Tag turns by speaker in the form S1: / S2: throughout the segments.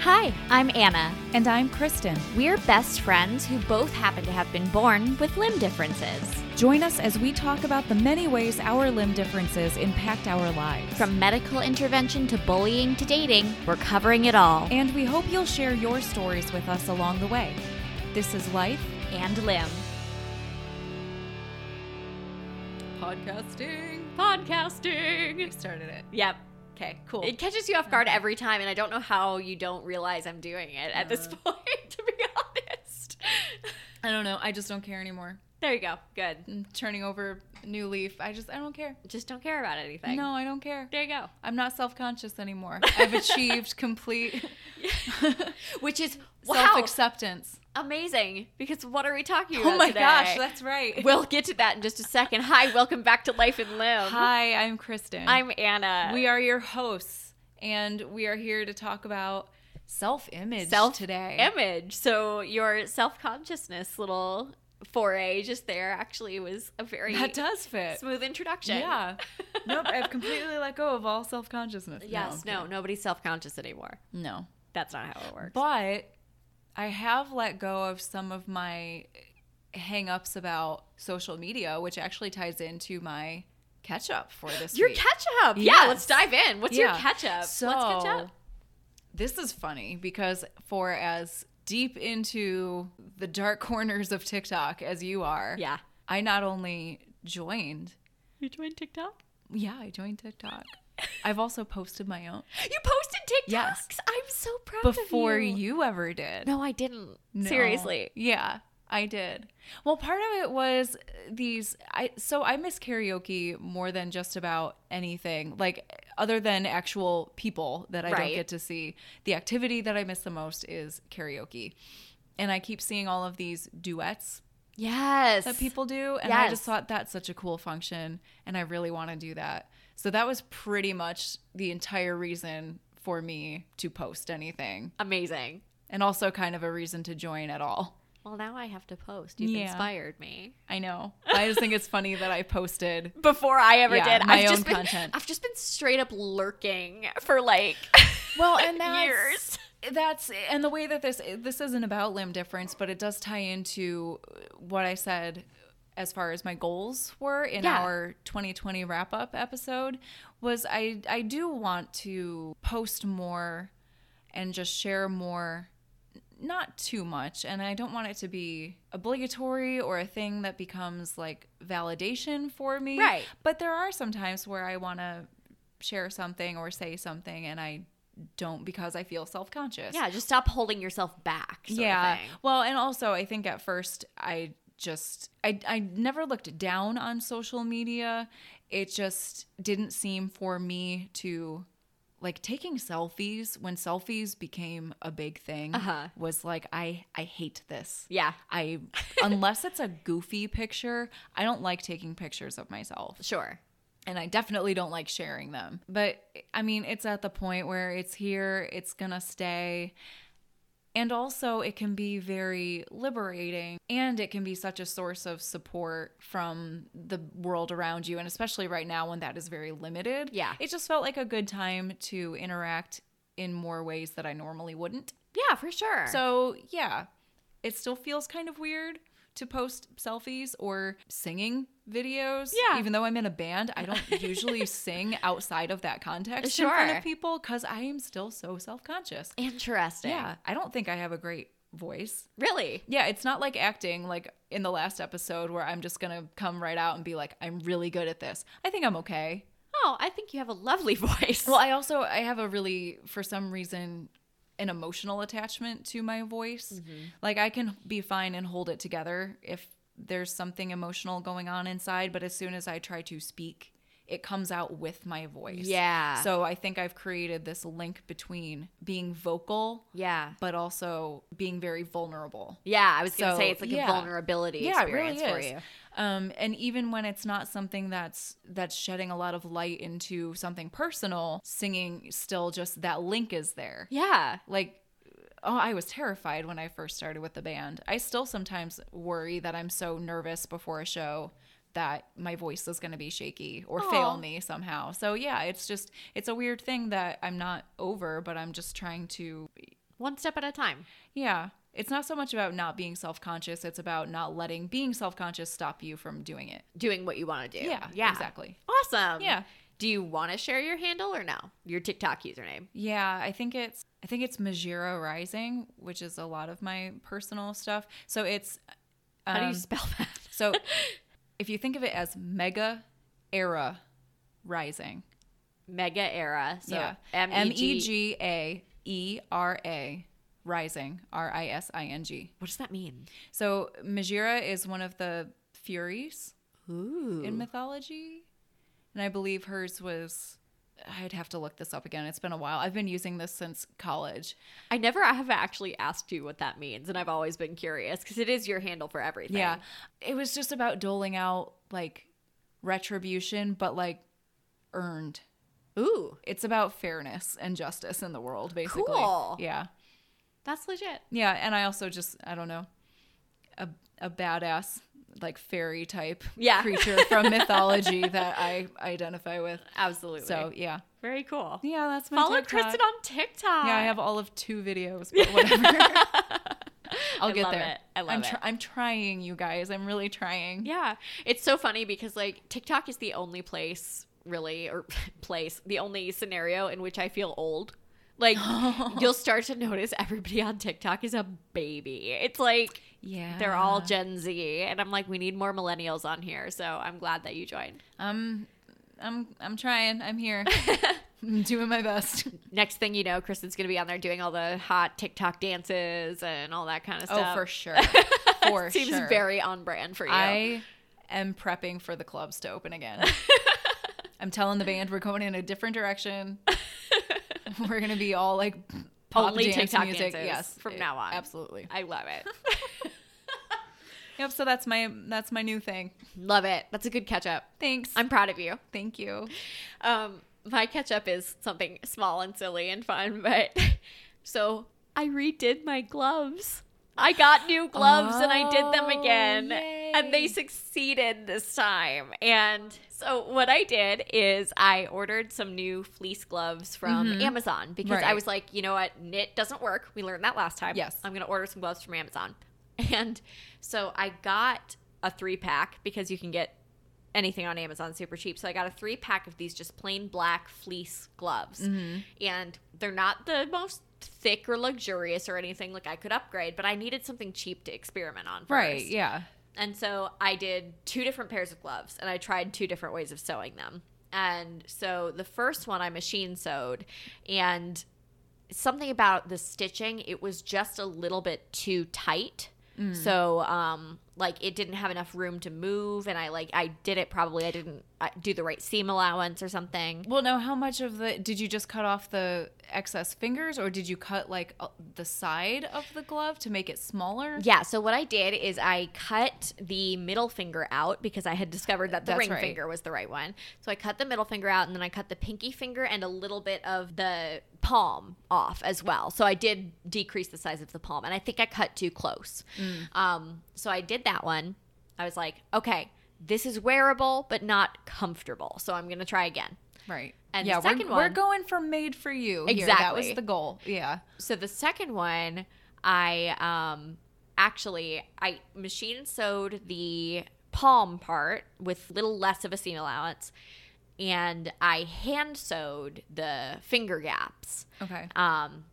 S1: Hi, I'm Anna.
S2: And I'm Kristen.
S1: We're best friends who both happen to have been born with limb differences.
S2: Join us as we talk about the many ways our limb differences impact our lives.
S1: From medical intervention to bullying to dating, we're covering it all.
S2: and we hope you'll share your stories with us along the way. This is Life
S1: And limb.
S2: Podcasting.
S1: Podcasting.
S2: Started it.
S1: Yep. Okay, cool. It catches you off guard every time, and I don't know how you don't realize I'm doing it at this point, to be honest.
S2: I don't know. I just don't care anymore.
S1: There you go. Good.
S2: I'm turning over a new leaf. I just I don't care.
S1: Just don't care about anything.
S2: No, I don't care.
S1: There you go.
S2: I'm not self-conscious anymore. I've achieved complete
S1: Which is wow,
S2: self-acceptance.
S1: amazing. Because what are we talking about?
S2: Oh my
S1: today?
S2: gosh, that's right.
S1: We'll get to that in just a second. Hi, welcome back to Life and Limb.
S2: Hi, I'm Kristen.
S1: I'm Anna.
S2: we are your hosts and we are here to talk about self-image
S1: Self-
S2: today.
S1: image. So your self consciousness little foray just there actually was a very
S2: that does fit.
S1: smooth introduction.
S2: Yeah. nope, I've completely let go of all self-consciousness.
S1: Yes.
S2: I'm
S1: No. Nobody's self conscious anymore.
S2: kidding. No.
S1: That's not how it works.
S2: But I have let go of some of my hang-ups about social media, which actually ties into my catch-up for this
S1: your
S2: week.
S1: catch up. Yeah.
S2: Yes.
S1: Let's dive in. What's your
S2: Yeah.
S1: catch up?
S2: So
S1: Let's catch up.
S2: this is funny because for as deep into the dark corners of TikTok as you are,
S1: Yeah.
S2: I not only joined,
S1: You joined TikTok?
S2: yeah, I joined TikTok. I've also posted my own
S1: You posted TikToks.
S2: Yes.
S1: I'm so proud of you.
S2: before you ever did.
S1: No, I didn't.
S2: No.
S1: Seriously.
S2: Yeah, I did. Well, part of it was these I so I miss karaoke more than just about anything. Like other than actual people that I
S1: Right.
S2: don't get to see, the activity that I miss the most is karaoke. And I keep seeing all of these duets
S1: Yes.
S2: that people do and I
S1: Yes.
S2: just thought that's such a cool function and I really want to do that. So that was pretty much the entire reason for me to post anything
S1: Amazing.
S2: and also kind of a reason to join at all.
S1: Well, now I have to post. You've
S2: Yeah.
S1: inspired me.
S2: I know. I just think it's funny that I posted.
S1: Before I ever
S2: Yeah,
S1: did,
S2: my
S1: I've
S2: own
S1: just been,
S2: content.
S1: I've just been straight up lurking for like
S2: Well, and that's
S1: years.
S2: that's and the way that this this isn't about limb difference, but it does tie into what I said as far as my goals were in
S1: Yeah.
S2: our 2020 wrap up episode was I I do want to post more and just share more not too much and I don't want it to be obligatory or a thing that becomes like validation for me.
S1: Right.
S2: But there are some times where I want to share something or say something and I don't because I feel self conscious.
S1: Yeah, just stop holding yourself back. Sort
S2: Yeah.
S1: Of thing.
S2: Well, and also I think at first I just I I never looked down on social media. It just didn't seem for me to like taking selfies when selfies became a big thing
S1: Uh-huh.
S2: was like I I hate this.
S1: Yeah.
S2: I unless it's a goofy picture, I don't like taking pictures of myself
S1: Sure.
S2: and I definitely don't like sharing them. But I mean, it's at the point where it's here, it's gonna stay. And also, it can be very liberating and it can be such a source of support from the world around you. And especially right now when that is very limited.
S1: Yeah.
S2: It just felt like a good time to interact in more ways that I normally wouldn't.
S1: Yeah, for sure.
S2: So, yeah, it still feels kind of weird to post selfies or singing videos.
S1: Yeah.
S2: Even though I'm in a band, I don't usually sing outside of that context in front
S1: Sure.
S2: of people because I am still so self conscious.
S1: interesting.
S2: Yeah. I don't think I have a great voice.
S1: Really.
S2: Yeah, it's not like acting like in the last episode where I'm just going to come right out and be like, I'm really good at this. I think I'm okay.
S1: Oh, I think you have a lovely voice.
S2: Well, I also I have a really for some reason an emotional attachment to my voice. Like I can be fine and hold it together if there's something emotional going on inside, but as soon as I try to speak, it comes out with my voice.
S1: Yeah.
S2: So I think I've created this link between being vocal
S1: yeah.
S2: but also being very vulnerable.
S1: Yeah, I was gonna
S2: So,
S1: say it's like
S2: yeah.
S1: a vulnerability experience for you.
S2: Um, and even when it's not something that's that's shedding a lot of light into something personal, singing still just that link is there.
S1: Yeah.
S2: Like, oh, I was terrified when I first started with the band. I still sometimes worry that I'm so nervous before a show that my voice is going to be shaky or
S1: Aw.
S2: fail me somehow. So yeah, it's just it's a weird thing that I'm not over, but I'm just trying to
S1: one step at a time.
S2: Yeah. It's not so much about not being self conscious, it's about not letting being self conscious stop you from doing it.
S1: Doing what you want to do.
S2: Yeah,
S1: Yeah.
S2: exactly.
S1: Awesome.
S2: Yeah.
S1: Do you want to share your handle or no? Your TikTok username.
S2: Yeah, I think it's I think it's Majira Rising, which is a lot of my personal stuff. So it's
S1: How do you
S2: um,
S1: spell that?
S2: so if you think of it as Mega Era Rising.
S1: Mega Era. So
S2: yeah. M E
S1: M-E-G.
S2: G A E R A Rising, R I S I N G.
S1: What does that mean?
S2: So Majira is one of the Furies
S1: Ooh.
S2: in mythology. And I believe hers was I'd have to look this up again. It's been a while. I've been using this since college.
S1: I never have actually asked you what that means, and I've always been curious because it is your handle for everything.
S2: Yeah. It was just about doling out like retribution, but like earned.
S1: Ooh,
S2: It's about fairness and justice in the world, basically.
S1: Cool.
S2: Yeah.
S1: that's legit.
S2: Yeah. And I also just, I don't know, a, a badass, like fairy type
S1: Yeah.
S2: creature from mythology that I identify with.
S1: Absolutely.
S2: So, yeah.
S1: very cool.
S2: Yeah, that's my
S1: Follow
S2: TikTok.
S1: Kristen on TikTok.
S2: Yeah, I have all of two videos, but whatever. I'll
S1: I
S2: get
S1: love
S2: there.
S1: it. I love
S2: I'm
S1: it.
S2: I'm trying, you guys. I'm really trying.
S1: Yeah, it's so funny because like TikTok is the only place really or place the only scenario in which I feel old. Like you'll start to notice everybody on TikTok is a baby. It's like
S2: Yeah.
S1: they're all Gen Z, and I'm like, we need more millennials on here. So I'm glad that you joined.
S2: I'm I'm I'm trying. I'm here. I'm doing my best.
S1: Next thing you know, Kristen's gonna be on there doing all the hot TikTok dances and all that kind of stuff.
S2: Oh, for sure. For
S1: Seems
S2: sure.
S1: very on brand for you.
S2: I am prepping for the clubs to open again. I'm telling the band we're going in a different direction. we're gonna be all like pop
S1: Only
S2: dance
S1: TikTok
S2: music.
S1: dances
S2: yes,
S1: from now on.
S2: Absolutely.
S1: I love it.
S2: Yep. So that's my that's my new thing.
S1: love it. That's a good catch up.
S2: Thanks.
S1: I'm proud of you.
S2: Thank you.
S1: Um, my catch up is something small and silly and fun, but so I redid my gloves. I got new gloves and I did them
S2: Oh,
S1: again. And they
S2: yay.
S1: succeeded this time. And so what I did is I ordered some new fleece gloves from Amazon because I
S2: Mm-hmm. Right.
S1: was like, you know what, knit doesn't work. We learned that last time.
S2: Yes.
S1: I'm going to order some gloves from Amazon. And so I got a 3 pack because you can get anything on Amazon super cheap. So I got a three pack of these just plain black fleece gloves. And they're not the most thick or luxurious or anything. Like I could upgrade, but I needed something cheap to experiment on first.
S2: Right. Yeah.
S1: And so I did two different pairs of gloves and I tried two different ways of sewing them. And so the first one I machine sewed and something about the stitching, it was just a little bit too tight. So um like it didn't have enough room to move and I like I did it probably I didn't uh, do the right seam allowance or something.
S2: Well, no. How much of the did you just cut off the excess fingers, or did you cut like uh, the side of the glove to make it smaller?
S1: Yeah, so what I did is I cut the middle finger out because I had discovered that the
S2: That's
S1: ring
S2: right.
S1: finger was the right one. So I cut the middle finger out and then I cut the pinky finger and a little bit of the palm off as well. So I did decrease the size of the palm and I think I cut too close.
S2: Mm.
S1: Um, so I did that one. I was like, okay, this is wearable but not comfortable. So I'm going to try again.
S2: Right.
S1: And
S2: yeah,
S1: the second
S2: we're, we're
S1: one-
S2: going for made for you. here. That
S1: Exactly.
S2: was the goal. Yeah.
S1: so the second one i um actually i machine sewed the palm part with little less of a seam allowance and i hand sewed the finger gaps
S2: Okay.
S1: um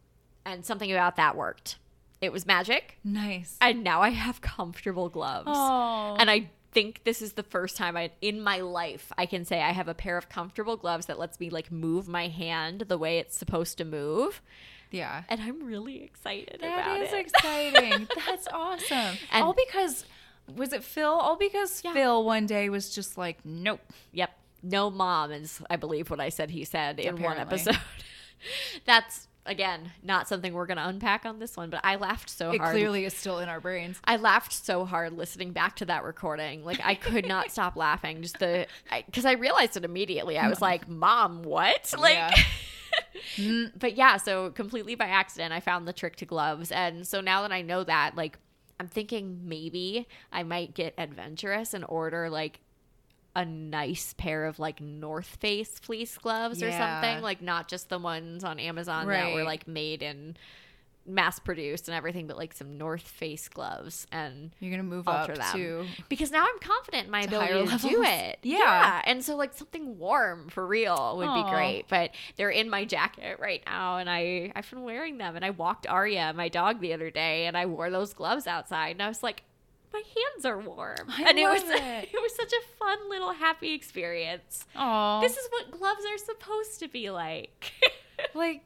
S1: and something about that worked it was magic
S2: Nice.
S1: and now i have comfortable gloves
S2: Oh.
S1: and i think this is the first time I, in my life i can say i have a pair of comfortable gloves that lets me like move my hand the way it's supposed to move
S2: yeah.
S1: and I'm really excited
S2: That
S1: about
S2: is
S1: it.
S2: exciting. That's awesome.
S1: And-
S2: all because was it Phil? All because
S1: Yeah.
S2: Phil one day was just like, nope.
S1: yep. No mom is, I believe, what I said he said in one
S2: Apparently.
S1: episode. That's again not something we're gonna unpack on this one, but I laughed so
S2: It
S1: hard.
S2: clearly is still in our brains.
S1: I laughed so hard listening back to that recording. Like I could not stop laughing. Just the because I, realized it immediately. I was like, "Mom, what?" Like,
S2: Yeah.
S1: but yeah. So completely by accident, I found the trick to gloves, and so now that I know that, like, I'm thinking maybe I might get adventurous and order like a nice pair of like North Face fleece gloves or
S2: Yeah.
S1: something. Like not just the ones on Amazon that were
S2: Right.
S1: like made in mass produced and everything, but like some North Face gloves and
S2: You're gonna move
S1: alter
S2: up
S1: them.
S2: to
S1: because now I'm confident in my
S2: To
S1: ability
S2: higher
S1: to do
S2: levels.
S1: it.
S2: Yeah.
S1: And so like something warm for real would be
S2: Aw.
S1: great. But they're in my jacket right now and I I've been wearing them and I walked Aria, my dog the other day and I wore those gloves outside and I was like my hands are warm.
S2: I
S1: and it was
S2: love it.
S1: it was such a fun little happy experience.
S2: oh
S1: This is what gloves are supposed to be like.
S2: like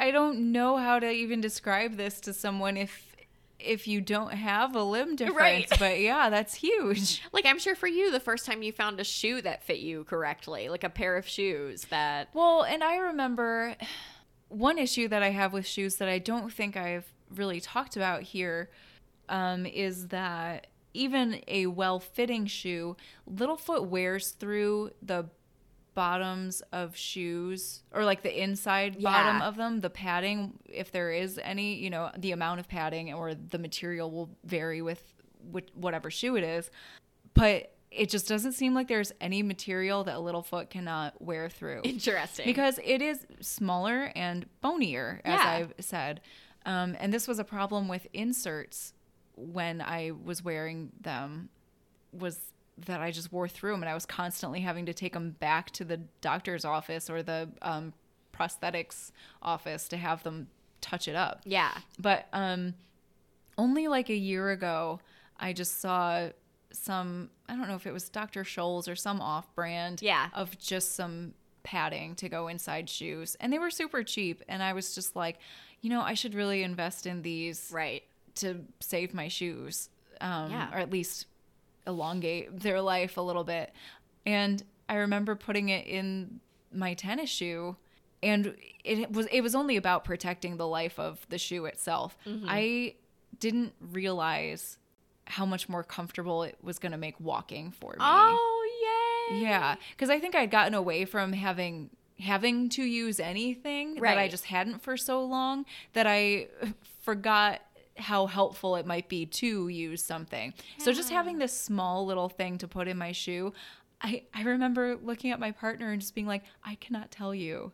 S2: I don't know how to even describe this to someone if if you don't have a limb difference. But yeah, that's huge.
S1: like I'm sure for you the first time you found a shoe that fit you correctly, like a pair of shoes that
S2: Well, and I remember one issue that I have with shoes that I don't think I've really talked about here um, is that even a well fitting shoe, Littlefoot wears through the bottoms of shoes or like the inside bottom
S1: Yeah.
S2: of them, the padding, if there is any, you know, the amount of padding or the material will vary with wh- whatever shoe it is. But it just doesn't seem like there's any material that Littlefoot cannot wear through
S1: interesting.
S2: because it is smaller and bonier as
S1: Yeah.
S2: i've said um, and this was a problem with inserts when i was wearing them was that i just wore through them and i was constantly having to take them back to the doctor's office or the um, prosthetics office to have them touch it up
S1: yeah.
S2: but um only like a year ago i just saw some i don't know if it was dr scholl's or some off brand
S1: Yeah.
S2: of just some padding to go inside shoes and they were super cheap and i was just like you know i should really invest in these
S1: Right.
S2: to save my shoes um,
S1: Yeah.
S2: or at least elongate their life a little bit. And I remember putting it in my tennis shoe and it was it was only about protecting the life of the shoe itself.
S1: Mm-hmm.
S2: I didn't realize how much more comfortable it was going to make walking for me.
S1: Oh yay.
S2: Yeah, because I think I'd gotten away from having having to use anything that I
S1: Right.
S2: just hadn't for so long that I forgot how helpful it might be to use something. So just having this small little thing to put in my shoe, I I remember looking at my partner and just being like, I cannot tell you.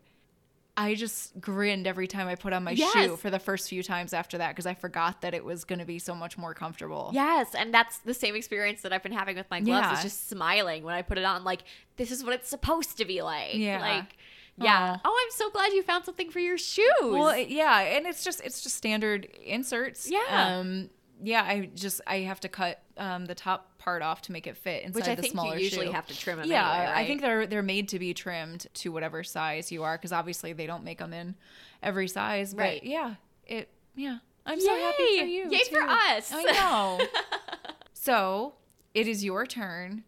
S2: I just grinned every time I put on my shoe
S1: Yes.
S2: for the first few times after that because I forgot that it was going to be so much more comfortable.
S1: Yes, and that's the same experience that I've been having with my gloves.
S2: Yeah.
S1: Is just smiling when I put it on. Like this is what it's supposed to be like.
S2: Yeah.
S1: Like yeah.
S2: Aw.
S1: Oh, I'm so glad you found something for your shoes.
S2: Well, it- yeah, and it's just it's just standard inserts.
S1: Yeah.
S2: Um, yeah, I just I have to cut um, the top part off to make it fit inside
S1: which I
S2: the
S1: think you
S2: smaller
S1: usually
S2: shoe.
S1: have to trim them.
S2: yeah,
S1: anyway,
S2: I
S1: right?
S2: think they're they're made to be trimmed to whatever size you are because obviously they don't make them in every size. But
S1: Right.
S2: Yeah. It. Yeah. I'm so happy for
S1: Yay!
S2: you.
S1: Yay for
S2: too.
S1: us.
S2: I know. so it is your turn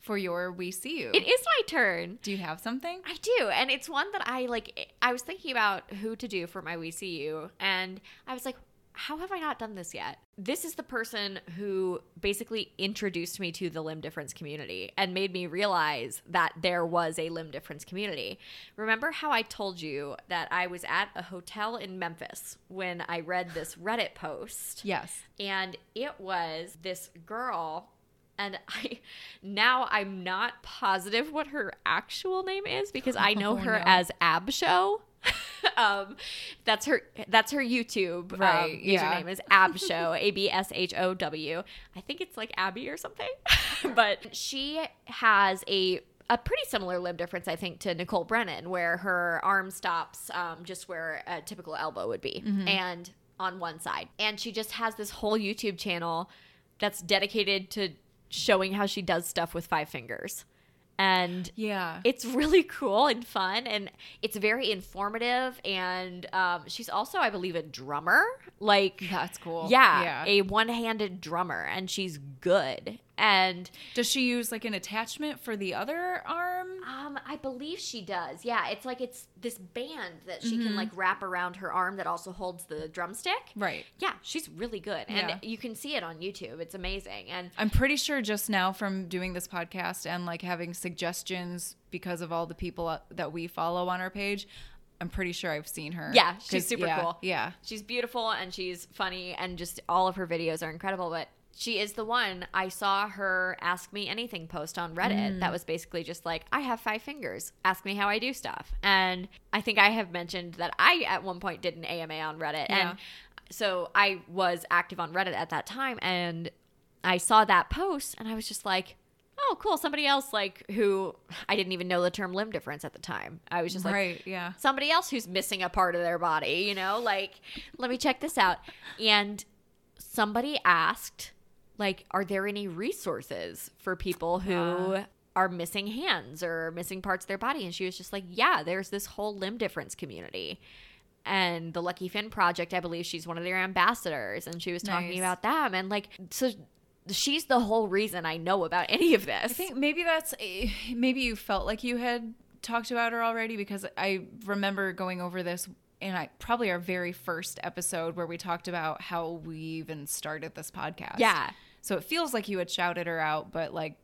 S2: for your we see you.
S1: it is my turn.
S2: Do you have something?
S1: I do, and it's one that I like. I was thinking about who to do for my WCU, and I was like, how have I not done this yet? This is the person who basically introduced me to the limb difference community and made me realize that there was a limb difference community. Remember how I told you that I was at a hotel in Memphis when I read this Reddit post?
S2: Yes.
S1: and it was this girl and i now i'm not positive what her actual name is because i know
S2: Oh,
S1: her
S2: no.
S1: as ab show um that's her that's her youtube
S2: Right,
S1: um,
S2: yeah.
S1: username is ab show a-b-s-h-o-w i think it's like abby or something but she has a a pretty similar limb difference, I think, to Nicole Brennan, where her arm stops um, just where a typical elbow would be,
S2: Mm-hmm.
S1: and on one side. And she just has this whole YouTube channel that's dedicated to showing how she does stuff with five fingers. And
S2: Yeah.
S1: it's really cool and fun, and it's very informative. And um, she's also, I believe, a drummer. Like,
S2: That's cool.
S1: yeah, a one-handed drummer, and she's good. And
S2: Does she use like an attachment for the other arm?
S1: Um, I believe she does. Yeah, it's like it's this band that she can like wrap around her arm that also holds the drumstick.
S2: Mm-hmm. Right.
S1: Yeah, she's really good, and
S2: Yeah.
S1: you can see it on YouTube. It's amazing, and
S2: I'm pretty sure just now from doing this podcast and like having suggestions because of all the people uh, that we follow on our page, I'm pretty sure I've seen her.
S1: Yeah, she's
S2: 'Cause-
S1: super
S2: yeah,
S1: cool.
S2: Yeah.
S1: She's beautiful and she's funny and just all of her videos are incredible. But she is the one I saw her ask me anything post on
S2: Mm.
S1: Reddit that was basically just like, I have five fingers. Ask me how I do stuff. And I think I have mentioned that I at one point did an AMA on Reddit.
S2: Yeah.
S1: And so I was active on Reddit at that time and I saw that post and I was just like, oh, cool. Somebody else, like, who I didn't even know the term limb difference at the time. I was just like,
S2: right, yeah.
S1: somebody else who's missing a part of their body, you know, like, let me check this out. And somebody asked, like, are there any resources for people who
S2: Ah.
S1: are missing hands or missing parts of their body? And she was just like, yeah, there's this whole limb difference community. And the Lucky Finn Project, I believe she's one of their ambassadors, and she was talking
S2: Nice.
S1: about them. And like, so she's the whole reason I know about any of this.
S2: I think maybe that's maybe you felt like you had talked about her already because I remember going over this in I probably our very first episode where we talked about how we even started this podcast.
S1: Yeah.
S2: So it feels like you had shouted her out, but like,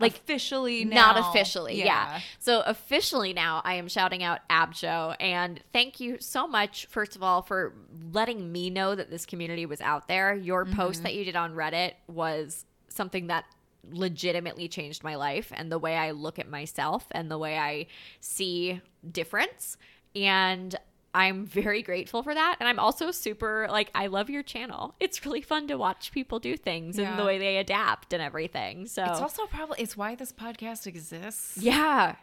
S1: Like,
S2: officially, now-
S1: Not officially, yeah. So officially now, I am shouting out Abjo, and thank you so much, first of all, for letting me know that this community was out there. Your post that you did on Reddit was something that legitimately changed my life and the way I look at myself and the way I see difference. And I'm very grateful for that. And I'm also super, like, I love your channel. It's really fun to watch people do things and the
S2: Yeah.
S1: way they adapt and everything. So
S2: It's also probably it's why this podcast exists.
S1: yeah.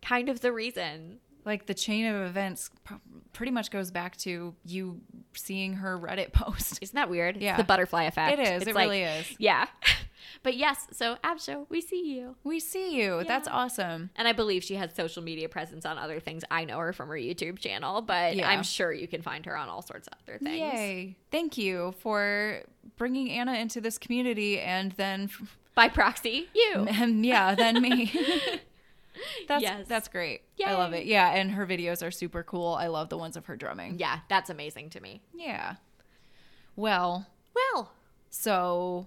S1: Kind of the reason.
S2: Like the chain of events pr- pretty much goes back to you seeing her Reddit post.
S1: Isn't that weird? It's
S2: Yeah.
S1: the butterfly effect.
S2: It is. It
S1: like-
S2: really is.
S1: Yeah. but yes, so Absho, we see you.
S2: We see you. That's awesome.
S1: And I believe she has social media presence on other things. I know her from her YouTube channel, but
S2: Yeah.
S1: I'm sure you can find her on all sorts of other things.
S2: Yay. Thank you for bringing Anna into this community and then,
S1: By proxy, you.
S2: and yeah, then me. that's,
S1: Yes.
S2: that's great. I love
S1: Yay.
S2: it. Yeah. And her videos are super cool. I love the ones of her drumming.
S1: yeah, that's amazing to me.
S2: Yeah. Well,
S1: Well,
S2: so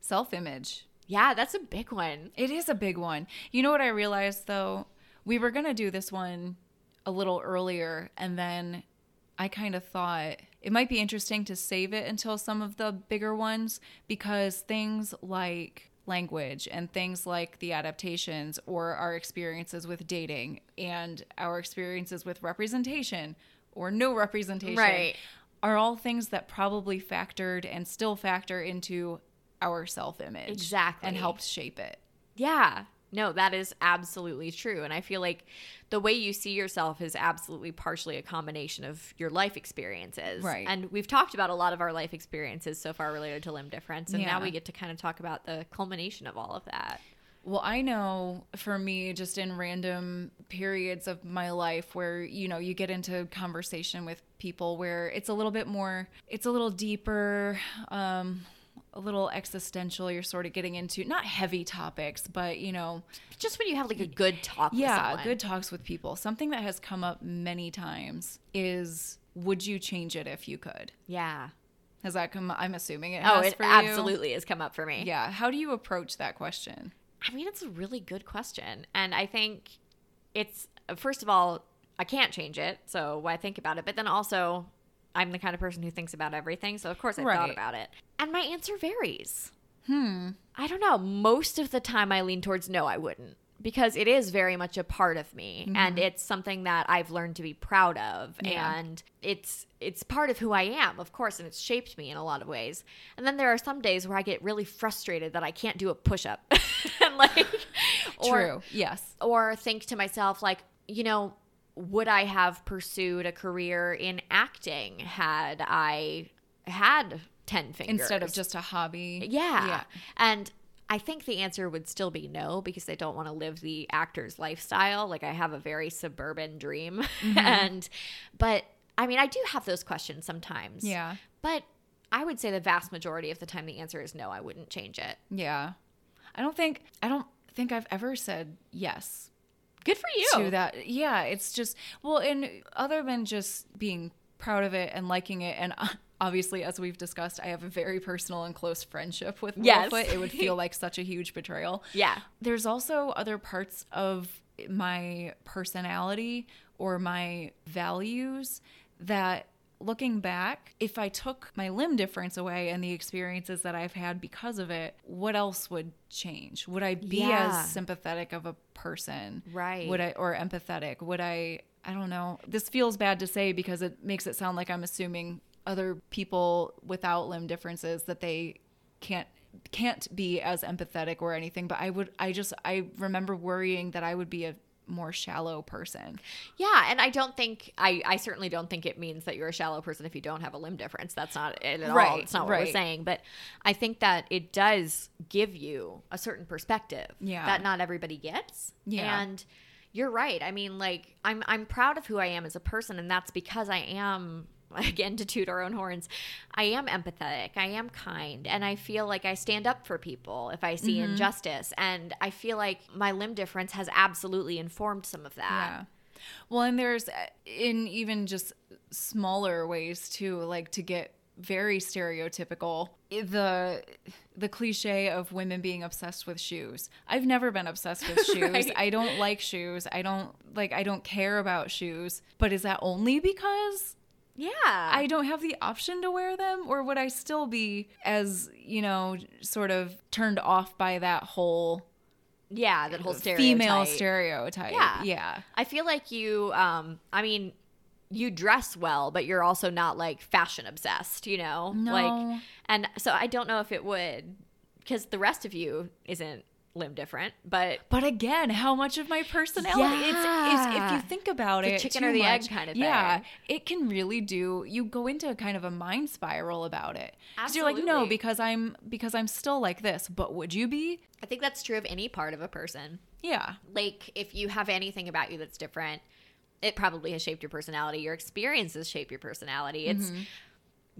S2: self image.
S1: yeah, that's a big one.
S2: It is a big one. You know what I realized though? We were going to do this one a little earlier, and then I kind of thought it might be interesting to save it until some of the bigger ones because things like language and things like the adaptations or our experiences with dating and our experiences with representation or no representation
S1: Right.
S2: are all things that probably factored and still factor into our self image
S1: Exactly.
S2: and helped shape it.
S1: Yeah. No, that is absolutely true. And I feel like the way you see yourself is absolutely partially a combination of your life experiences.
S2: Right.
S1: And we've talked about a lot of our life experiences so far related to limb difference. And now
S2: Yeah.
S1: we get to kind of talk about the culmination of all of that.
S2: Well, I know for me, just in random periods of my life where, you know, you get into conversation with people where it's a little bit more, it's a little deeper, um, a little existential. You're sort of getting into not heavy topics, but, you know,
S1: Just when you have like a good talk with
S2: yeah,
S1: someone.
S2: good talks with people. Something that has come up many times is would you change it if you could?
S1: Yeah.
S2: Has that come? I'm assuming it
S1: Oh,
S2: has
S1: it
S2: for you.
S1: absolutely has come up for me.
S2: Yeah. How do you approach that question?
S1: I mean, it's a really good question. And I think it's, first of all, I can't change it. So why think about it? But then also, I'm the kind of person who thinks about everything. So of course I thought
S2: Right.
S1: about it. And my answer varies. Hmm. I don't know. Most of the time I lean towards no, I wouldn't. Because it is very much a part of me and it's something that I've learned to be proud of
S2: Mm-hmm. Yeah.
S1: and it's it's part of who I am, of course, and it's shaped me in a lot of ways. And then there are some days where I get really frustrated that I can't do a push up, and like, or
S2: True. Yes.
S1: or think to myself like, you know, would I have pursued a career in acting had I had ten fingers
S2: Instead of just a hobby.
S1: yeah.
S2: Yeah.
S1: And I think the answer would still be no because I don't want to live the actor's lifestyle. Like I have a very suburban dream.
S2: Mm-hmm.
S1: and but I mean, I do have those questions sometimes.
S2: Yeah.
S1: But I would say the vast majority of the time the answer is no, I wouldn't change it.
S2: Yeah. I don't think I don't think I've ever said yes
S1: Good for you.
S2: to that. Yeah, it's just well, and other than just being proud of it and liking it and uh, obviously as we've discussed, I have a very personal and close friendship with
S1: Yes.
S2: Littlefoot. It would feel like such a huge betrayal.
S1: Yeah.
S2: There's also other parts of my personality or my values that looking back, if I took my limb difference away and the experiences that I've had because of it, what else would change? Would I be
S1: Yeah.
S2: as sympathetic of a person?
S1: Right.
S2: Would I or empathetic? Would I I don't know. This feels bad to say because it makes it sound like I'm assuming other people without limb differences that they can't can't be as empathetic or anything but i would i just i remember worrying that i would be a more shallow person
S1: Yeah, and I don't think I, I certainly don't think it means that you're a shallow person if you don't have a limb difference. That's not it at all.
S2: Right,
S1: It's not what we're
S2: right.
S1: saying. But I think that it does give you a certain perspective
S2: Yeah.
S1: that not everybody gets.
S2: Yeah.
S1: And you're right. I mean, like I'm I'm proud of who I am as a person, and that's because I am again to toot our own horns. I am empathetic. I am kind, and I feel like I stand up for people if I see
S2: Mm-hmm.
S1: injustice. And I feel like my limb difference has absolutely informed some of that.
S2: yeah well and there's uh, in even just smaller ways too like to get very stereotypical i- the the cliche of women being obsessed with shoes i've never been obsessed with shoes
S1: Right.
S2: i don't like shoes i don't like i don't care about shoes but is that only because
S1: Yeah.
S2: I don't have the option to wear them, or would I still be as, you know, sort of turned off by that whole
S1: Yeah, that whole stereotype.
S2: female stereotype?
S1: Yeah.
S2: Yeah.
S1: I feel like you. Um, I mean, you dress well, but you're also not like fashion obsessed. You know,
S2: No.
S1: like, and so I don't know if it would, because the rest of you isn't limb different, but
S2: But again, how much of my personality? It's, it's if
S1: Yeah.
S2: you think about
S1: The
S2: it,
S1: chicken
S2: too
S1: or the egg
S2: much,
S1: kind of
S2: Yeah,
S1: thing.
S2: it can really do. You go into a kind of a mind spiral about it. 'Cause You're like, no,
S1: Absolutely.
S2: because I'm because I'm still like this. But would you be?
S1: I think that's true of any part of a person.
S2: Yeah.
S1: Like, if you have anything about you that's different, it probably has shaped your personality. Your experiences shape your personality. It's,
S2: Mm-hmm.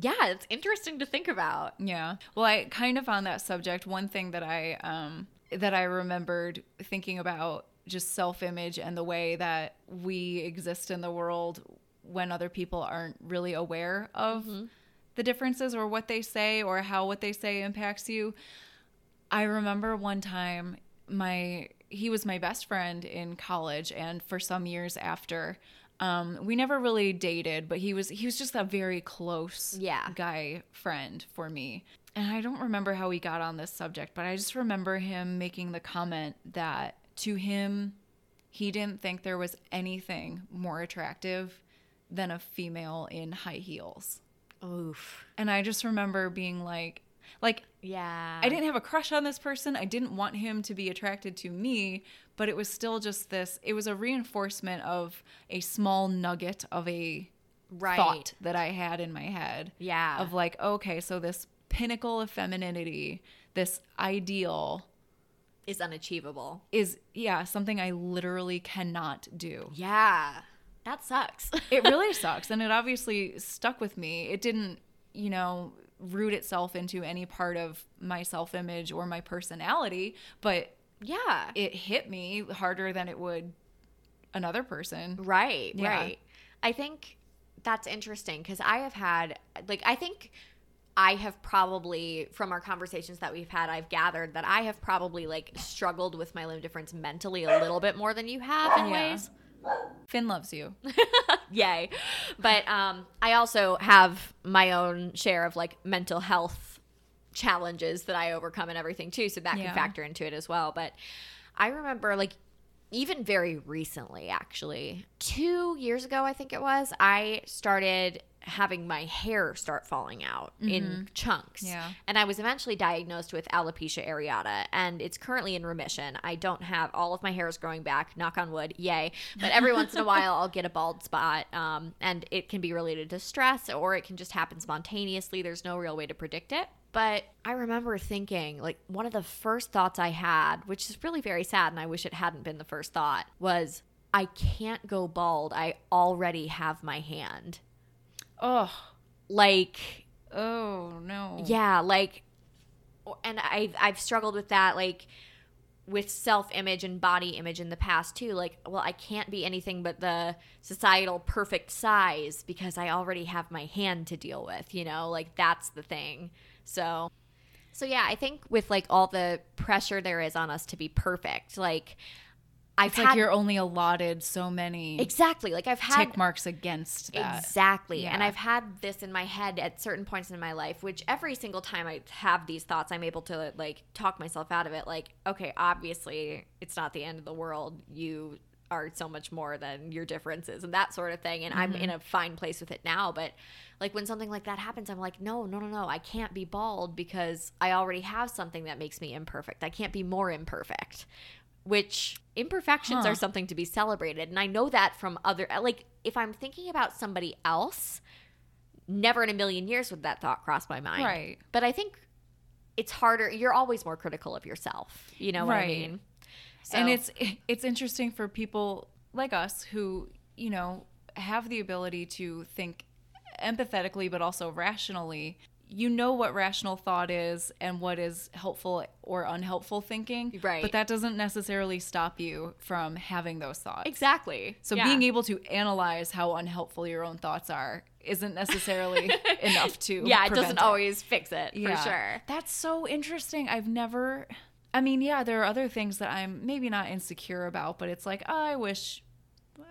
S1: yeah, it's interesting to think about.
S2: Yeah. Well, I kind of on that subject, one thing that I um that I remembered thinking about just self-image and the way that we exist in the world when other people aren't really aware of
S1: Mm-hmm.
S2: the differences or what they say or how what they say impacts you. I remember one time my he was my best friend in college and for some years after um, we never really dated but he was he was just a very close
S1: Yeah.
S2: guy friend for me and I don't remember how we got on this subject but I just remember him making the comment that to him he didn't think there was anything more attractive than a female in high heels
S1: Oof.
S2: and I just remember being like like
S1: Yeah.
S2: I didn't have a crush on this person. I didn't want him to be attracted to me, but it was still just this. It was a reinforcement of a small nugget of a
S1: right.
S2: thought that I had in my head.
S1: Yeah.
S2: Of like, okay, so this pinnacle of femininity, this ideal
S1: is unachievable.
S2: is, yeah, something I literally cannot do.
S1: Yeah. That sucks.
S2: It really sucks. And it obviously stuck with me. It didn't, you know, root itself into any part of my self image or my personality, but
S1: yeah.
S2: it hit me harder than it would another person.
S1: right.
S2: Yeah.
S1: Right. I think that's interesting because I have had, like, I think I have probably, from our conversations that we've had, I've gathered that I have probably, like, struggled with my limb difference mentally a little bit more than you have in
S2: Yeah.
S1: ways.
S2: Finn loves you.
S1: Yay. But um, I also have my own share of, like, mental health challenges that I overcome and everything too. So that
S2: Yeah.
S1: can factor into it as well. But I remember like even very recently, actually, two years ago, I think it was, I started having my hair start falling out in chunks.
S2: Mm-hmm. Yeah.
S1: And I was eventually diagnosed with alopecia areata, and it's currently in remission. I don't have all of my hair is growing back, knock on wood, yay. But every once in a while, I'll get a bald spot, um, and it can be related to stress or it can just happen spontaneously. There's no real way to predict it. But I remember thinking, like, one of the first thoughts I had, which is really very sad, and I wish it hadn't been the first thought, was I can't go bald. I already have my hand.
S2: Oh,
S1: Like,
S2: oh no.
S1: yeah, like, and I've, I've struggled with that, like, with self image and body image in the past, too. Like, well, I can't be anything but the societal perfect size because I already have my hand to deal with, you know? Like, that's the thing. So, so yeah, I think with like all the pressure there is on us to be perfect, like, I've
S2: It's
S1: had
S2: like you're only allotted so many
S1: exactly, like, I've had
S2: tick marks against that.
S1: Exactly. And
S2: Yeah.
S1: I've had this in my head at certain points in my life, which every single time I have these thoughts, I'm able to like talk myself out of it. Like, okay, obviously it's not the end of the world. You are so much more than your differences and that sort of thing. And I'm in a fine place with it now. But like when something like that happens, I'm like, no, no, no, no. I can't be bald because I already have something that makes me imperfect. I can't be more imperfect, which imperfections
S2: Huh.
S1: are something to be celebrated. And I know that from other, like if I'm thinking about somebody else, never in a million years would that thought cross my mind.
S2: Right.
S1: But I think it's harder. You're always more critical of yourself. You know what I
S2: Right.
S1: mean? So-
S2: And it's it's interesting for people like us who, you know, have the ability to think empathetically but also rationally. You know what rational thought is and what is helpful or unhelpful thinking.
S1: Right.
S2: But that doesn't necessarily stop you from having those thoughts.
S1: exactly.
S2: So being able to analyze how unhelpful your own thoughts are isn't necessarily enough to
S1: yeah, it
S2: prevent
S1: doesn't always fix it
S2: Yeah.
S1: for sure.
S2: That's so interesting. I've never I mean, yeah, there are other things that I'm maybe not insecure about, but it's like, oh, I wish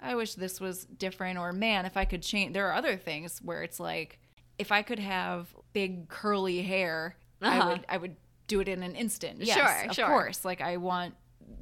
S2: I wish this was different or man, if I could change there are other things where it's like if I could have big curly hair,
S1: Uh-huh.
S2: I would I would do it in an instant. Yes,
S1: Sure,
S2: of
S1: sure.
S2: course. Like I want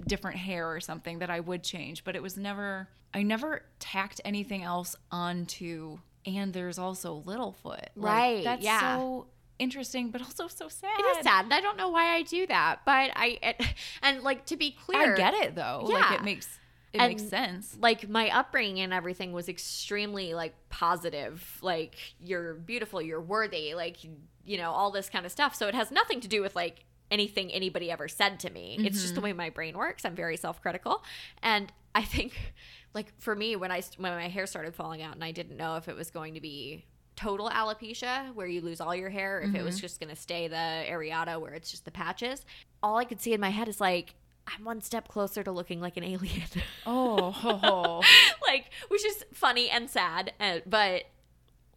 S2: different hair or something that I would change, but it was never I never tacked anything else onto and there's also Littlefoot. Like,
S1: Right,
S2: that's
S1: yeah.
S2: so interesting, but also so sad.
S1: It is sad. and I don't know why I do that, but I it, and like to be clear,
S2: I get it though. Like
S1: Yeah.
S2: it makes it
S1: And-
S2: makes sense.
S1: Like my upbringing and everything was extremely like positive, like you're beautiful, you're worthy, like you know all this kind of stuff. So it has nothing to do with like anything anybody ever said to me. It's just the way my brain works. I'm very self-critical, and I think like for me when I when my hair started falling out and I didn't know if it was going to be total alopecia where you lose all your hair or if it was just going to stay the areata where it's just the patches all i could see in my head is like i'm one step closer to looking like an alien
S2: Oh, ho, ho.
S1: like which is funny and sad uh, but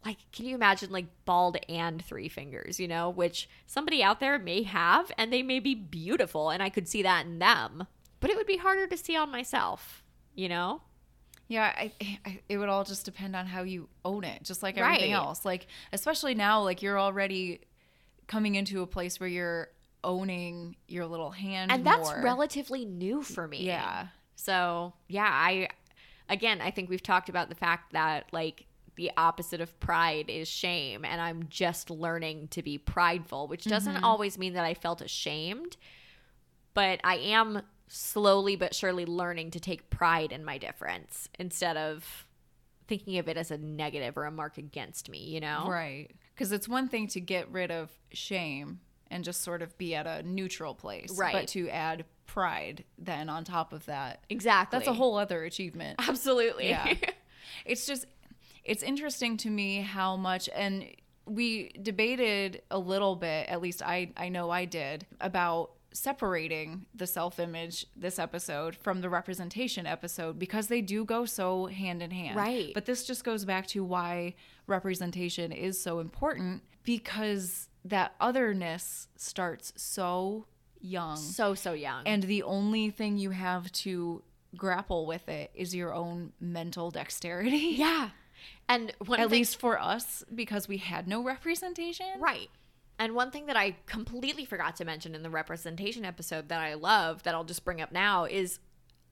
S1: like can you imagine like bald and three fingers you know which somebody out there may have and they may be beautiful and i could see that in them but it would be harder to see on myself you know
S2: yeah. I, I, it would all just depend on how you own it, just like everything
S1: Right.
S2: else. Like especially now, like you're already coming into a place where you're owning your little hand,
S1: and that's
S2: more.
S1: relatively new for me
S2: Yeah,
S1: So, yeah, I again, I think we've talked about the fact that like the opposite of pride is shame and I'm just learning to be prideful, which doesn't
S2: Mm-hmm.
S1: always mean that I felt ashamed, but I am slowly but surely learning to take pride in my difference instead of thinking of it as a negative or a mark against me, you know?
S2: right. Because it's one thing to get rid of shame and just sort of be at a neutral place,
S1: Right.
S2: But to add pride then on top of that,
S1: Exactly.
S2: that's a whole other achievement.
S1: Absolutely.
S2: Yeah. it's just it's interesting to me how much and we debated a little bit at least i i know i did about separating the self-image this episode from the representation episode because they do go so hand in hand
S1: Right.
S2: but this just goes back to why representation is so important because that otherness starts so young
S1: so so young.
S2: and the only thing you have to grapple with it is your own mental dexterity.
S1: yeah. And one
S2: At
S1: thing-
S2: least for us, because we had no representation.
S1: Right. And one thing that I completely forgot to mention in the representation episode that I love that I'll just bring up now is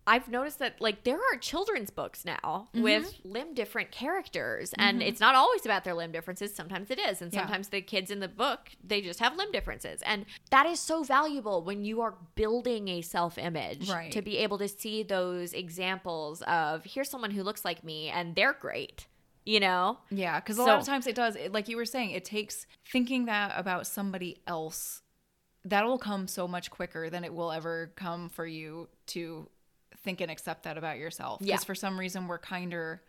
S1: I've noticed that like there are children's books now
S2: Mm-hmm.
S1: with limb different characters and it's not always about their limb differences sometimes it is and
S2: Yeah.
S1: sometimes the kids in the book they just have limb differences and that is so valuable when you are building a self image
S2: Right.
S1: to be able to see those examples of here's someone who looks like me and they're great you know
S2: Yeah, because a lot of
S1: So-
S2: times it does. It, like you were saying, it takes thinking that about somebody else. That'll come so much quicker than it will ever come for you to think and accept that about yourself.
S1: Yeah.
S2: Because for some reason, we're kinder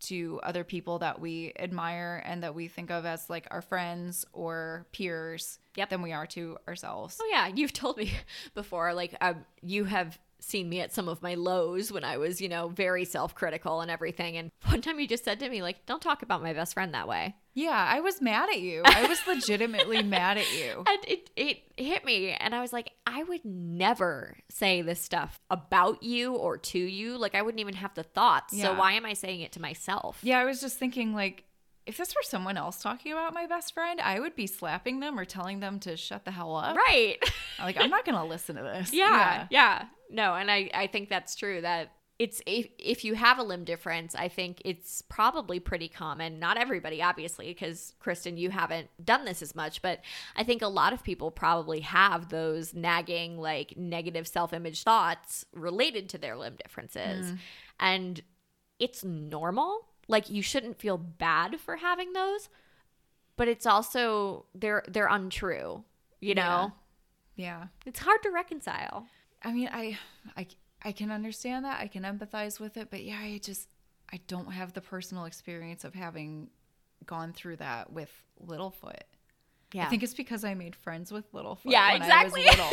S2: to other people that we admire and that we think of as like our friends or peers
S1: Yep.
S2: than we are to ourselves.
S1: Oh yeah, you've told me before. Like um, you have seen me at some of my lows when I was, you know, very self-critical and everything. And one time you just said to me, like, "Don't talk about my best friend that way,"
S2: Yeah, I was mad at you. I was legitimately mad at you.
S1: and it it hit me. And I was like, I would never say this stuff about you or to you. Like I wouldn't even have the thoughts. So
S2: Yeah.
S1: why am I saying it to myself?
S2: Yeah, I was just thinking like if this were someone else talking about my best friend, I would be slapping them or telling them to shut the hell up.
S1: Right.
S2: Like I'm not going to listen to this.
S1: yeah, yeah. No, and I I think that's true that it's if, if you have a limb difference i think it's probably pretty common not everybody obviously because kristen you haven't done this as much but i think a lot of people probably have those nagging like negative self-image thoughts related to their limb differences and it's normal like you shouldn't feel bad for having those but it's also they're they're untrue you know
S2: Yeah. Yeah.
S1: it's hard to reconcile
S2: I mean, I, I, I can understand that. I can empathize with it. But yeah, I just, I don't have the personal experience of having gone through that with Littlefoot.
S1: yeah
S2: I think it's because I made friends with Littlefoot.
S1: Yeah,
S2: when
S1: exactly.
S2: I was little,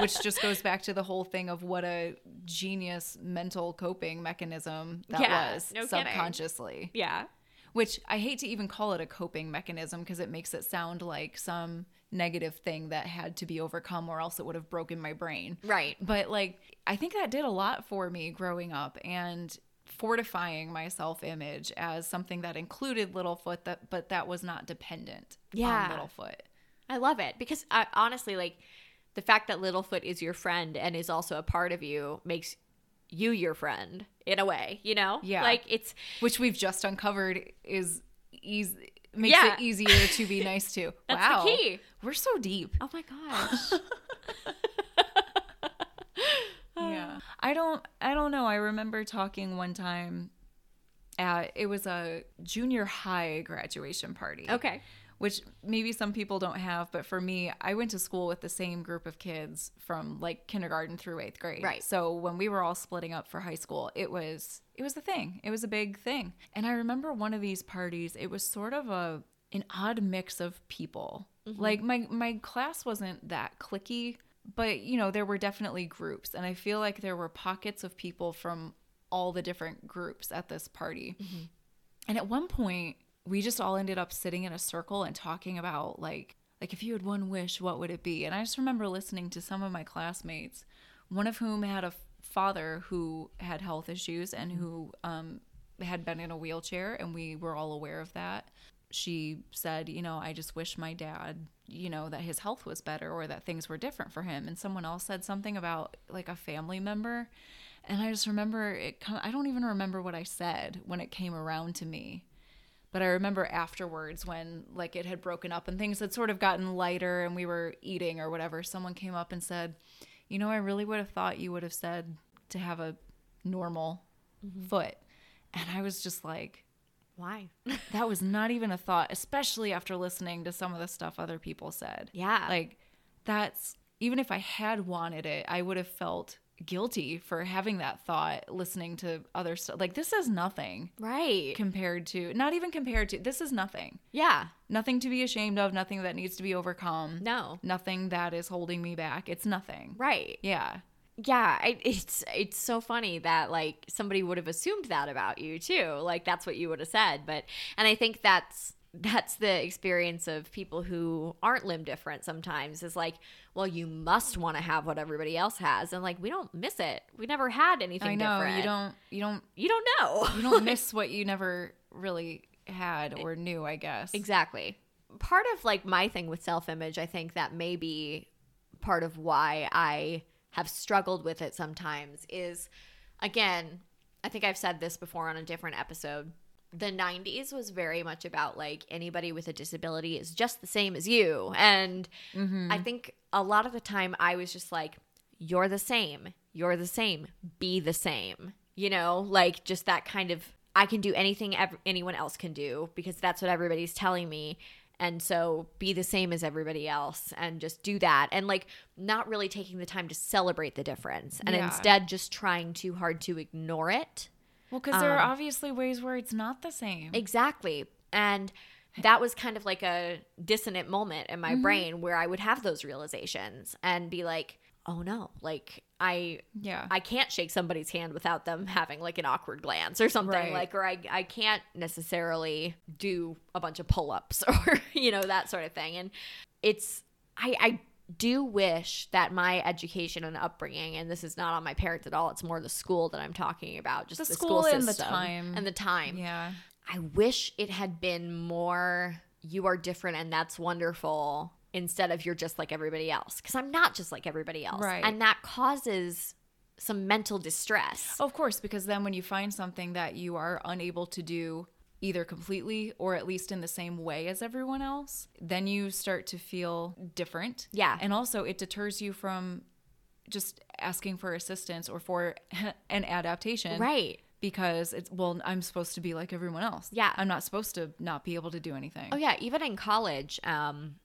S2: which just goes back to the whole thing of what a genius mental coping mechanism that
S1: Yeah,
S2: was
S1: no kidding.
S2: subconsciously.
S1: yeah
S2: Which I hate to even call it a coping mechanism because it makes it sound like some negative thing that had to be overcome or else it would have broken my brain.
S1: right
S2: But like, I think that did a lot for me growing up and fortifying my self image as something that included Littlefoot, that, but that was not dependent
S1: Yeah.
S2: on Littlefoot.
S1: I love it because I, honestly, like the fact that Littlefoot is your friend and is also a part of you makes you your friend in a way, you know?
S2: Yeah.
S1: Like it's,
S2: Which we've just uncovered is easy, makes
S1: Yeah.
S2: it easier to be nice to.
S1: that's
S2: wow.
S1: the key.
S2: We're so deep.
S1: Oh my gosh.
S2: yeah i don't i don't know i remember talking one time at it was a junior high graduation party
S1: okay.
S2: which maybe some people don't have but for me i went to school with the same group of kids from like kindergarten through eighth grade
S1: Right.
S2: so when we were all splitting up for high school it was it was a thing it was a big thing and i remember one of these parties it was sort of a an odd mix of people like my my class wasn't that clicky but you know there were definitely groups and i feel like there were pockets of people from all the different groups at this party and at one point, we just all ended up sitting in a circle and talking about like like if you had one wish, what would it be? And I just remember listening to some of my classmates, one of whom had a f- father who had health issues and who um, had been in a wheelchair, and we were all aware of that. She said, you know, I just wish my dad, you know, that his health was better or that things were different for him. And someone else said something about like a family member. And I just remember it kind of, I don't even remember what I said when it came around to me. But I remember afterwards when like it had broken up and things had sort of gotten lighter and we were eating or whatever, someone came up and said, "You know, I really would have thought you would have said to have a normal foot." And I was just like,
S1: Why?
S2: that was not even a thought, especially after listening to some of the stuff other people said.
S1: Yeah.
S2: Like that's even if I had wanted it, I would have felt guilty for having that thought listening to other stuff. Like this is nothing
S1: right.
S2: compared to not even compared to this is nothing.
S1: Yeah.
S2: Nothing to be ashamed of, nothing that needs to be overcome.
S1: No.
S2: Nothing that is holding me back. It's nothing.
S1: Right.
S2: Yeah.
S1: Yeah, I, it's it's so funny that like somebody would have assumed that about you too. Like that's what you would have said, but and I think that's that's the experience of people who aren't limb different sometimes is like, well, you must want to have what everybody else has and like we don't miss it. We never had anything
S2: I know
S1: different.
S2: you don't you don't
S1: you don't know.
S2: you don't miss what you never really had or knew, I guess.
S1: Exactly. Part of like my thing with self image, I think that may be part of why I have struggled with it sometimes is again, I think I've said this before on a different episode. The 90s was very much about like anybody with a disability is just the same as you. And I think a lot of the time I was just like, you're the same. You're the same. Be the same. You know, like just that kind of I can do anything ev- anyone else can do because that's what everybody's telling me. And so be the same as everybody else and just do that. And like not really taking the time to celebrate the difference and
S2: Yeah.
S1: instead just trying too hard to ignore it.
S2: Well, because there
S1: Um,
S2: are obviously ways where it's not the same.
S1: Exactly. And that was kind of like a dissonant moment in my brain where I would have those realizations and be like, "Oh no, like I
S2: yeah.
S1: I can't shake somebody's hand without them having like an awkward glance or something
S2: Right.
S1: like or I I can't necessarily do a bunch of pull-ups or you know that sort of thing and it's I I do wish that my education and upbringing and this is not on my parents at all it's more the school that I'm talking about just the,
S2: The
S1: school,
S2: school and the
S1: system
S2: time.
S1: and the time
S2: yeah.
S1: I wish it had been more you are different and that's wonderful instead of you're just like everybody else because I'm not just like everybody else.
S2: Right.
S1: And that causes some mental distress.
S2: Of course, because then when you find something that you are unable to do either completely or at least in the same way as everyone else, then you start to feel different.
S1: Yeah.
S2: And also, it deters you from just asking for assistance or for an adaptation.
S1: Right.
S2: Because it's, well, I'm supposed to be like everyone else.
S1: Yeah.
S2: I'm not supposed to not be able to do anything.
S1: Oh yeah, even in college, um,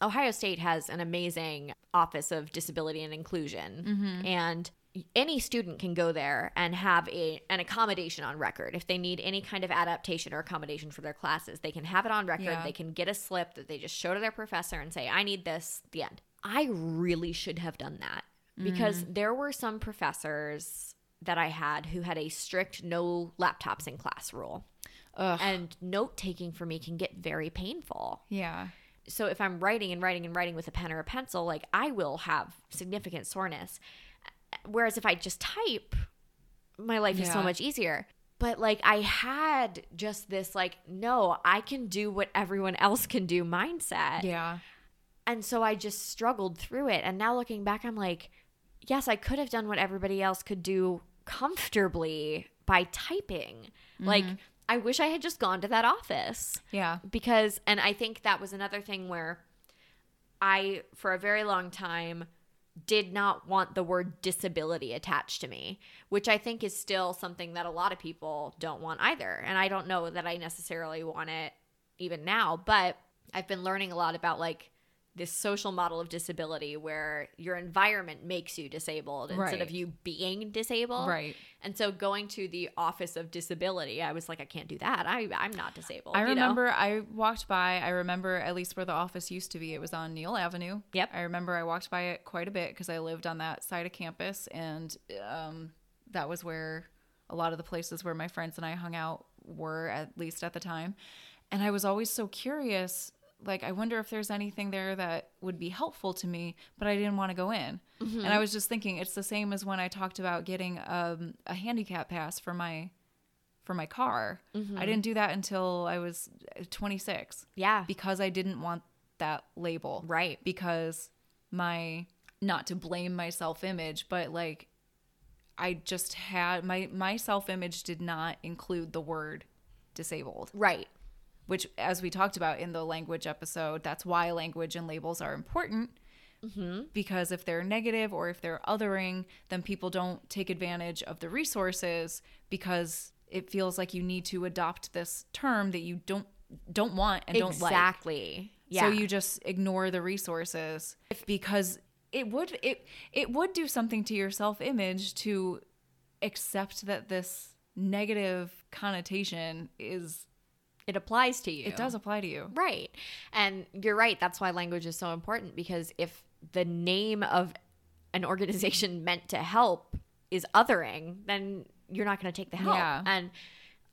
S1: Ohio State has an amazing office of disability and inclusion,
S2: Mm-hmm.
S1: and any student can go there and have a an accommodation on record if they need any kind of adaptation or accommodation for their classes. They can have it on record.
S2: Yeah.
S1: They can get a slip that they just show to their professor and say, "I need this." The end. I really should have done that because
S2: Mm-hmm.
S1: there were some professors that I had who had a strict no laptops in class rule
S2: Ugh.
S1: and note taking for me can get very painful.
S2: yeah.
S1: So if I'm writing and writing and writing with a pen or a pencil, like I will have significant soreness. Whereas if I just type, my life is so
S2: Yeah.
S1: much easier. But like I had just this like no, I can do what everyone else can do mindset.
S2: Yeah.
S1: And so I just struggled through it. And now looking back, I'm like, yes, I could have done what everybody else could do comfortably by typing. Like,
S2: Mm-hmm.
S1: I wish I had just gone to that office
S2: Yeah.
S1: because, and I think that was another thing where I, for a very long time, did not want the word disability attached to me, which I think is still something that a lot of people don't want either. And I don't know that I necessarily want it even now, but I've been learning a lot about like this social model of disability where your environment makes you disabled instead
S2: Right.
S1: of you being disabled.
S2: Right.
S1: And so going to the office of disability, I was like, I can't do that. I, I'm not disabled.
S2: I
S1: you know?
S2: remember I walked by. I remember at least where the office used to be. It was on Neal Avenue.
S1: Yep.
S2: I remember I walked by it quite a bit because I lived on that side of campus, and um, that was where a lot of the places where my friends and I hung out were, at least at the time. And I was always so curious. Like, I wonder if there's anything there that would be helpful to me, but I didn't want to go in.
S1: Mm-hmm.
S2: And I was just thinking, it's the same as when I talked about getting um, a handicap pass for my for my car. I didn't do that until I was 26
S1: Yeah.
S2: because I didn't want that label.
S1: Right.
S2: Because my not to blame my self-image, but like I just had my my self-image did not include the word disabled,
S1: Right.
S2: which as we talked about in the language episode, that's why language and labels are important. Because if they're negative or if they're othering, then people don't take advantage of the resources because it feels like you need to adopt this term that you don't don't want and don't like.
S1: exactly. Yeah.
S2: So you just ignore the resources because it would it it would do something to your self image to accept that this negative connotation is
S1: it applies to you.
S2: it does apply to you.
S1: Right. And you're right. That's why language is so important because if the name of an organization meant to help is othering, then you're not going to take the help.
S2: Yeah.
S1: And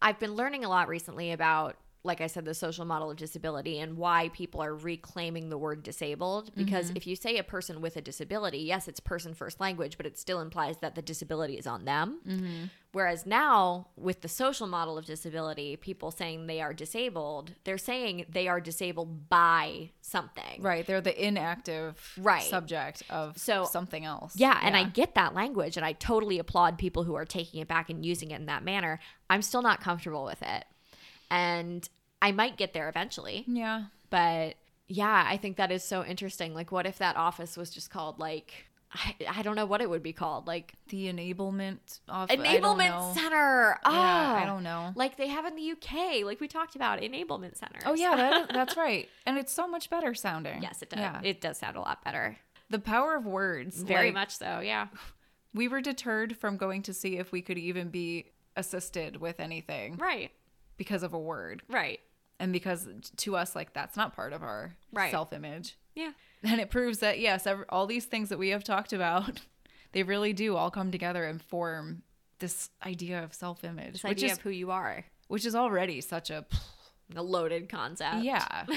S1: I've been learning a lot recently about, like I said, the social model of disability and why people are reclaiming the word disabled. Because
S2: Mm-hmm.
S1: if you say a person with a disability, yes, it's person first language, but it still implies that the disability is on them.
S2: Mm-hmm.
S1: Whereas now, with the social model of disability, people saying they are disabled, they're saying they are disabled by something.
S2: Right, they're the inactive
S1: Right.
S2: subject of
S1: So-
S2: something else.
S1: Yeah, and I get that language, and I totally applaud people who are taking it back and using it in that manner. I'm still not comfortable with it. And I might get there eventually.
S2: yeah,
S1: But yeah, I think that is so interesting. Like, what if that office was just called, like, I, I don't know what it would be called, like
S2: the enablement of I don't know.
S1: Enablement Center. Oh,
S2: Yeah, I don't know.
S1: Like they have in the UK, like we talked about, Enablement Center.
S2: Oh yeah, that, that's right. And it's so much better sounding.
S1: Yes, it does.
S2: Yeah.
S1: It does sound a lot better.
S2: the power of words.
S1: Very
S2: like,
S1: much so, yeah.
S2: we were deterred from going to see if we could even be assisted with anything
S1: Right,
S2: because of a word
S1: right.
S2: and because to us like that's not part of our
S1: Right.
S2: self-image
S1: Yeah.
S2: and it proves that yes ev- all these things that we have talked about they really do all come together and form this idea of self-image
S1: This
S2: which
S1: idea
S2: is
S1: of who you are.
S2: which is already such a
S1: The loaded concept.
S2: yeah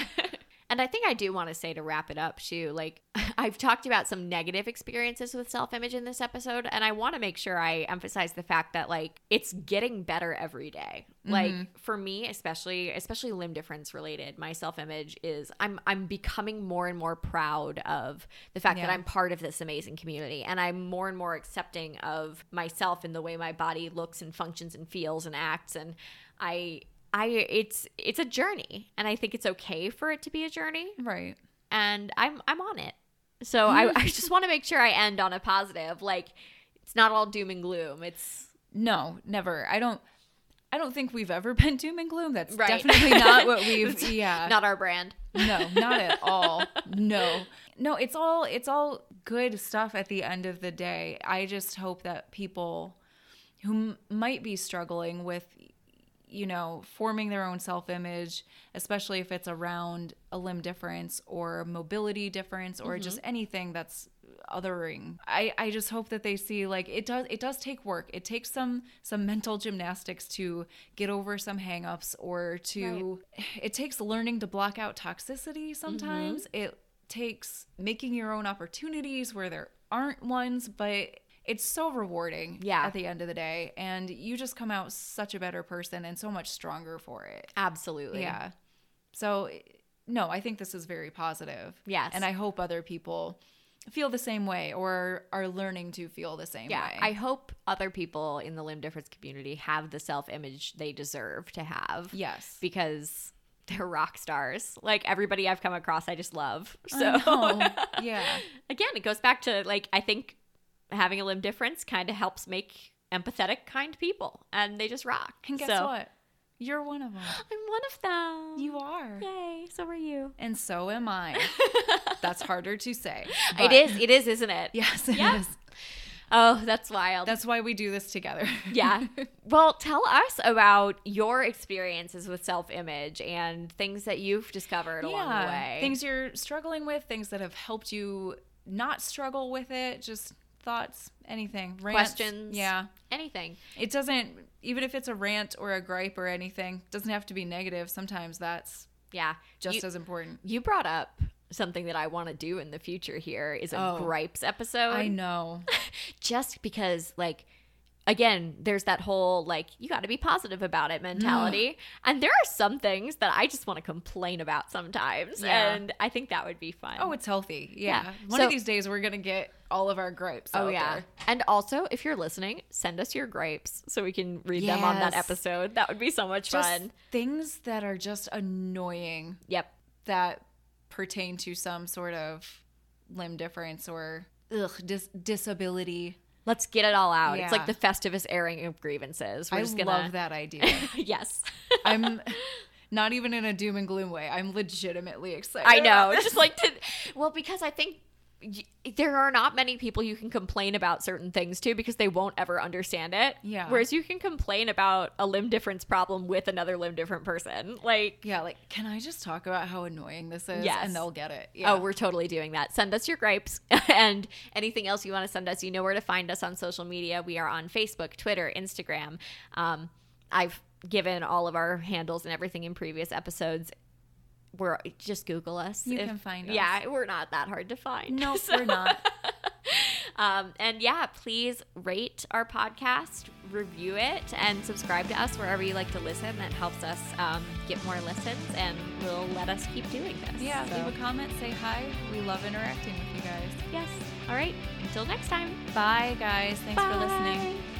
S1: And I think I do want to say to wrap it up, too, like, I've talked about some negative experiences with self image in this episode, and I want to make sure I emphasize the fact that like it's getting better every day. Like for me, especially especially limb difference related, my self image is I'm I'm becoming more and more proud of the fact that
S2: Yeah.
S1: I'm part of this amazing community, and I'm more and more accepting of myself and the way my body looks and functions and feels and acts, and I. I it's it's a journey and I think it's okay for it to be a journey
S2: Right.
S1: and I'm I'm on it. So I, I just want to make sure I end on a positive. Like it's not all doom and gloom. It's
S2: No, never. I don't. I don't think we've ever been doom and gloom. That's
S1: Right.
S2: definitely not what we've. Yeah.
S1: not our brand.
S2: No, not at all. No. No, it's all it's all good stuff at the end of the day. I just hope that people who m- might be struggling with you know, forming their own self-image, especially if it's around a limb difference or mobility difference or just anything that's othering. I I just hope that they see like it does it does take work. It takes some some mental gymnastics to get over some hangups or to it takes learning to block out toxicity sometimes. It takes making your own opportunities where there aren't ones, but it's so rewarding
S1: Yeah.
S2: at the end of the day and you just come out such a better person and so much stronger for it.
S1: Absolutely.
S2: Yeah. So no, I think this is very positive.
S1: Yes.
S2: And I hope other people feel the same way or are learning to feel the same
S1: Yeah.
S2: way.
S1: I hope other people in the limb difference community have the self image they deserve to have.
S2: yes.
S1: Because they're rock stars. Like everybody I've come across I just love. So
S2: I know. yeah.
S1: again, it goes back to like I think having a limb difference kind of helps make empathetic kind people and they just rock.
S2: And guess
S1: So,
S2: what? You're one of them.
S1: I'm one of them.
S2: You are.
S1: Yay, so are you.
S2: And so am I. That's harder to say. but-
S1: It is, it is, isn't it?
S2: Yes, it
S1: Yes.
S2: is.
S1: Oh, that's wild.
S2: That's why we do this together.
S1: yeah. Well, tell us about your experiences with self image and things that you've discovered along the way.
S2: Things you're struggling with, things that have helped you not struggle with it, just thoughts, anything, rants.
S1: Questions.
S2: Yeah.
S1: anything.
S2: It doesn't, even if it's a rant or a gripe or anything, doesn't have to be negative. Sometimes that's
S1: Yeah.
S2: just
S1: you,
S2: as important.
S1: you brought up something that I want to do in the future here is a
S2: Oh.
S1: gripes episode.
S2: I know.
S1: just because like again there's that whole like you got to be positive about it mentality and there are some things that i just want to complain about sometimes
S2: Yeah.
S1: and i think that would be fun
S2: Oh, it's healthy. Yeah.
S1: Yeah.
S2: One
S1: So-
S2: of these days we're going to get all of our gripes.
S1: Oh
S2: out
S1: yeah.
S2: there.
S1: And also, if you're listening, send us your gripes so we can read them on that
S2: Yes.
S1: episode. That would be so much
S2: Just
S1: fun.
S2: things that are just annoying
S1: Yep.
S2: that pertain to some sort of limb difference or ugh, dis- disability.
S1: Let's get it all out. It's
S2: Yeah.
S1: like the festivus airing of grievances. We're
S2: I
S1: just gonna
S2: love that idea.
S1: Yes.
S2: I'm not even in a doom and gloom way. I'm legitimately excited.
S1: I
S2: about
S1: know.
S2: this.
S1: Just like to, well, because I think y- there are not many people you can complain about certain things to because they won't ever understand it.
S2: Yeah.
S1: Whereas you can complain about a limb difference problem with another limb different person. Like,
S2: Yeah, like can I just talk about how annoying this is?
S1: Yes.
S2: And they'll get it. Yeah.
S1: oh, we're totally doing that. Send us your gripes and anything else you want to send us. You know where to find us on social media. We are on Facebook, Twitter, Instagram. Um, I've given all of our handles and everything in previous episodes. We're just Google us.
S2: You can find us.
S1: Yeah, we're not that hard to find.
S2: no,
S1: So-
S2: we're not.
S1: Um, and yeah, please rate our podcast, review it, and subscribe to us wherever you like to listen. That helps us um, get more listens and will let us keep doing this.
S2: Yeah,
S1: So,
S2: leave a comment, say hi. We love interacting with you guys.
S1: yes. All right. Until next time.
S2: Bye guys. Thanks for listening.
S1: Bye.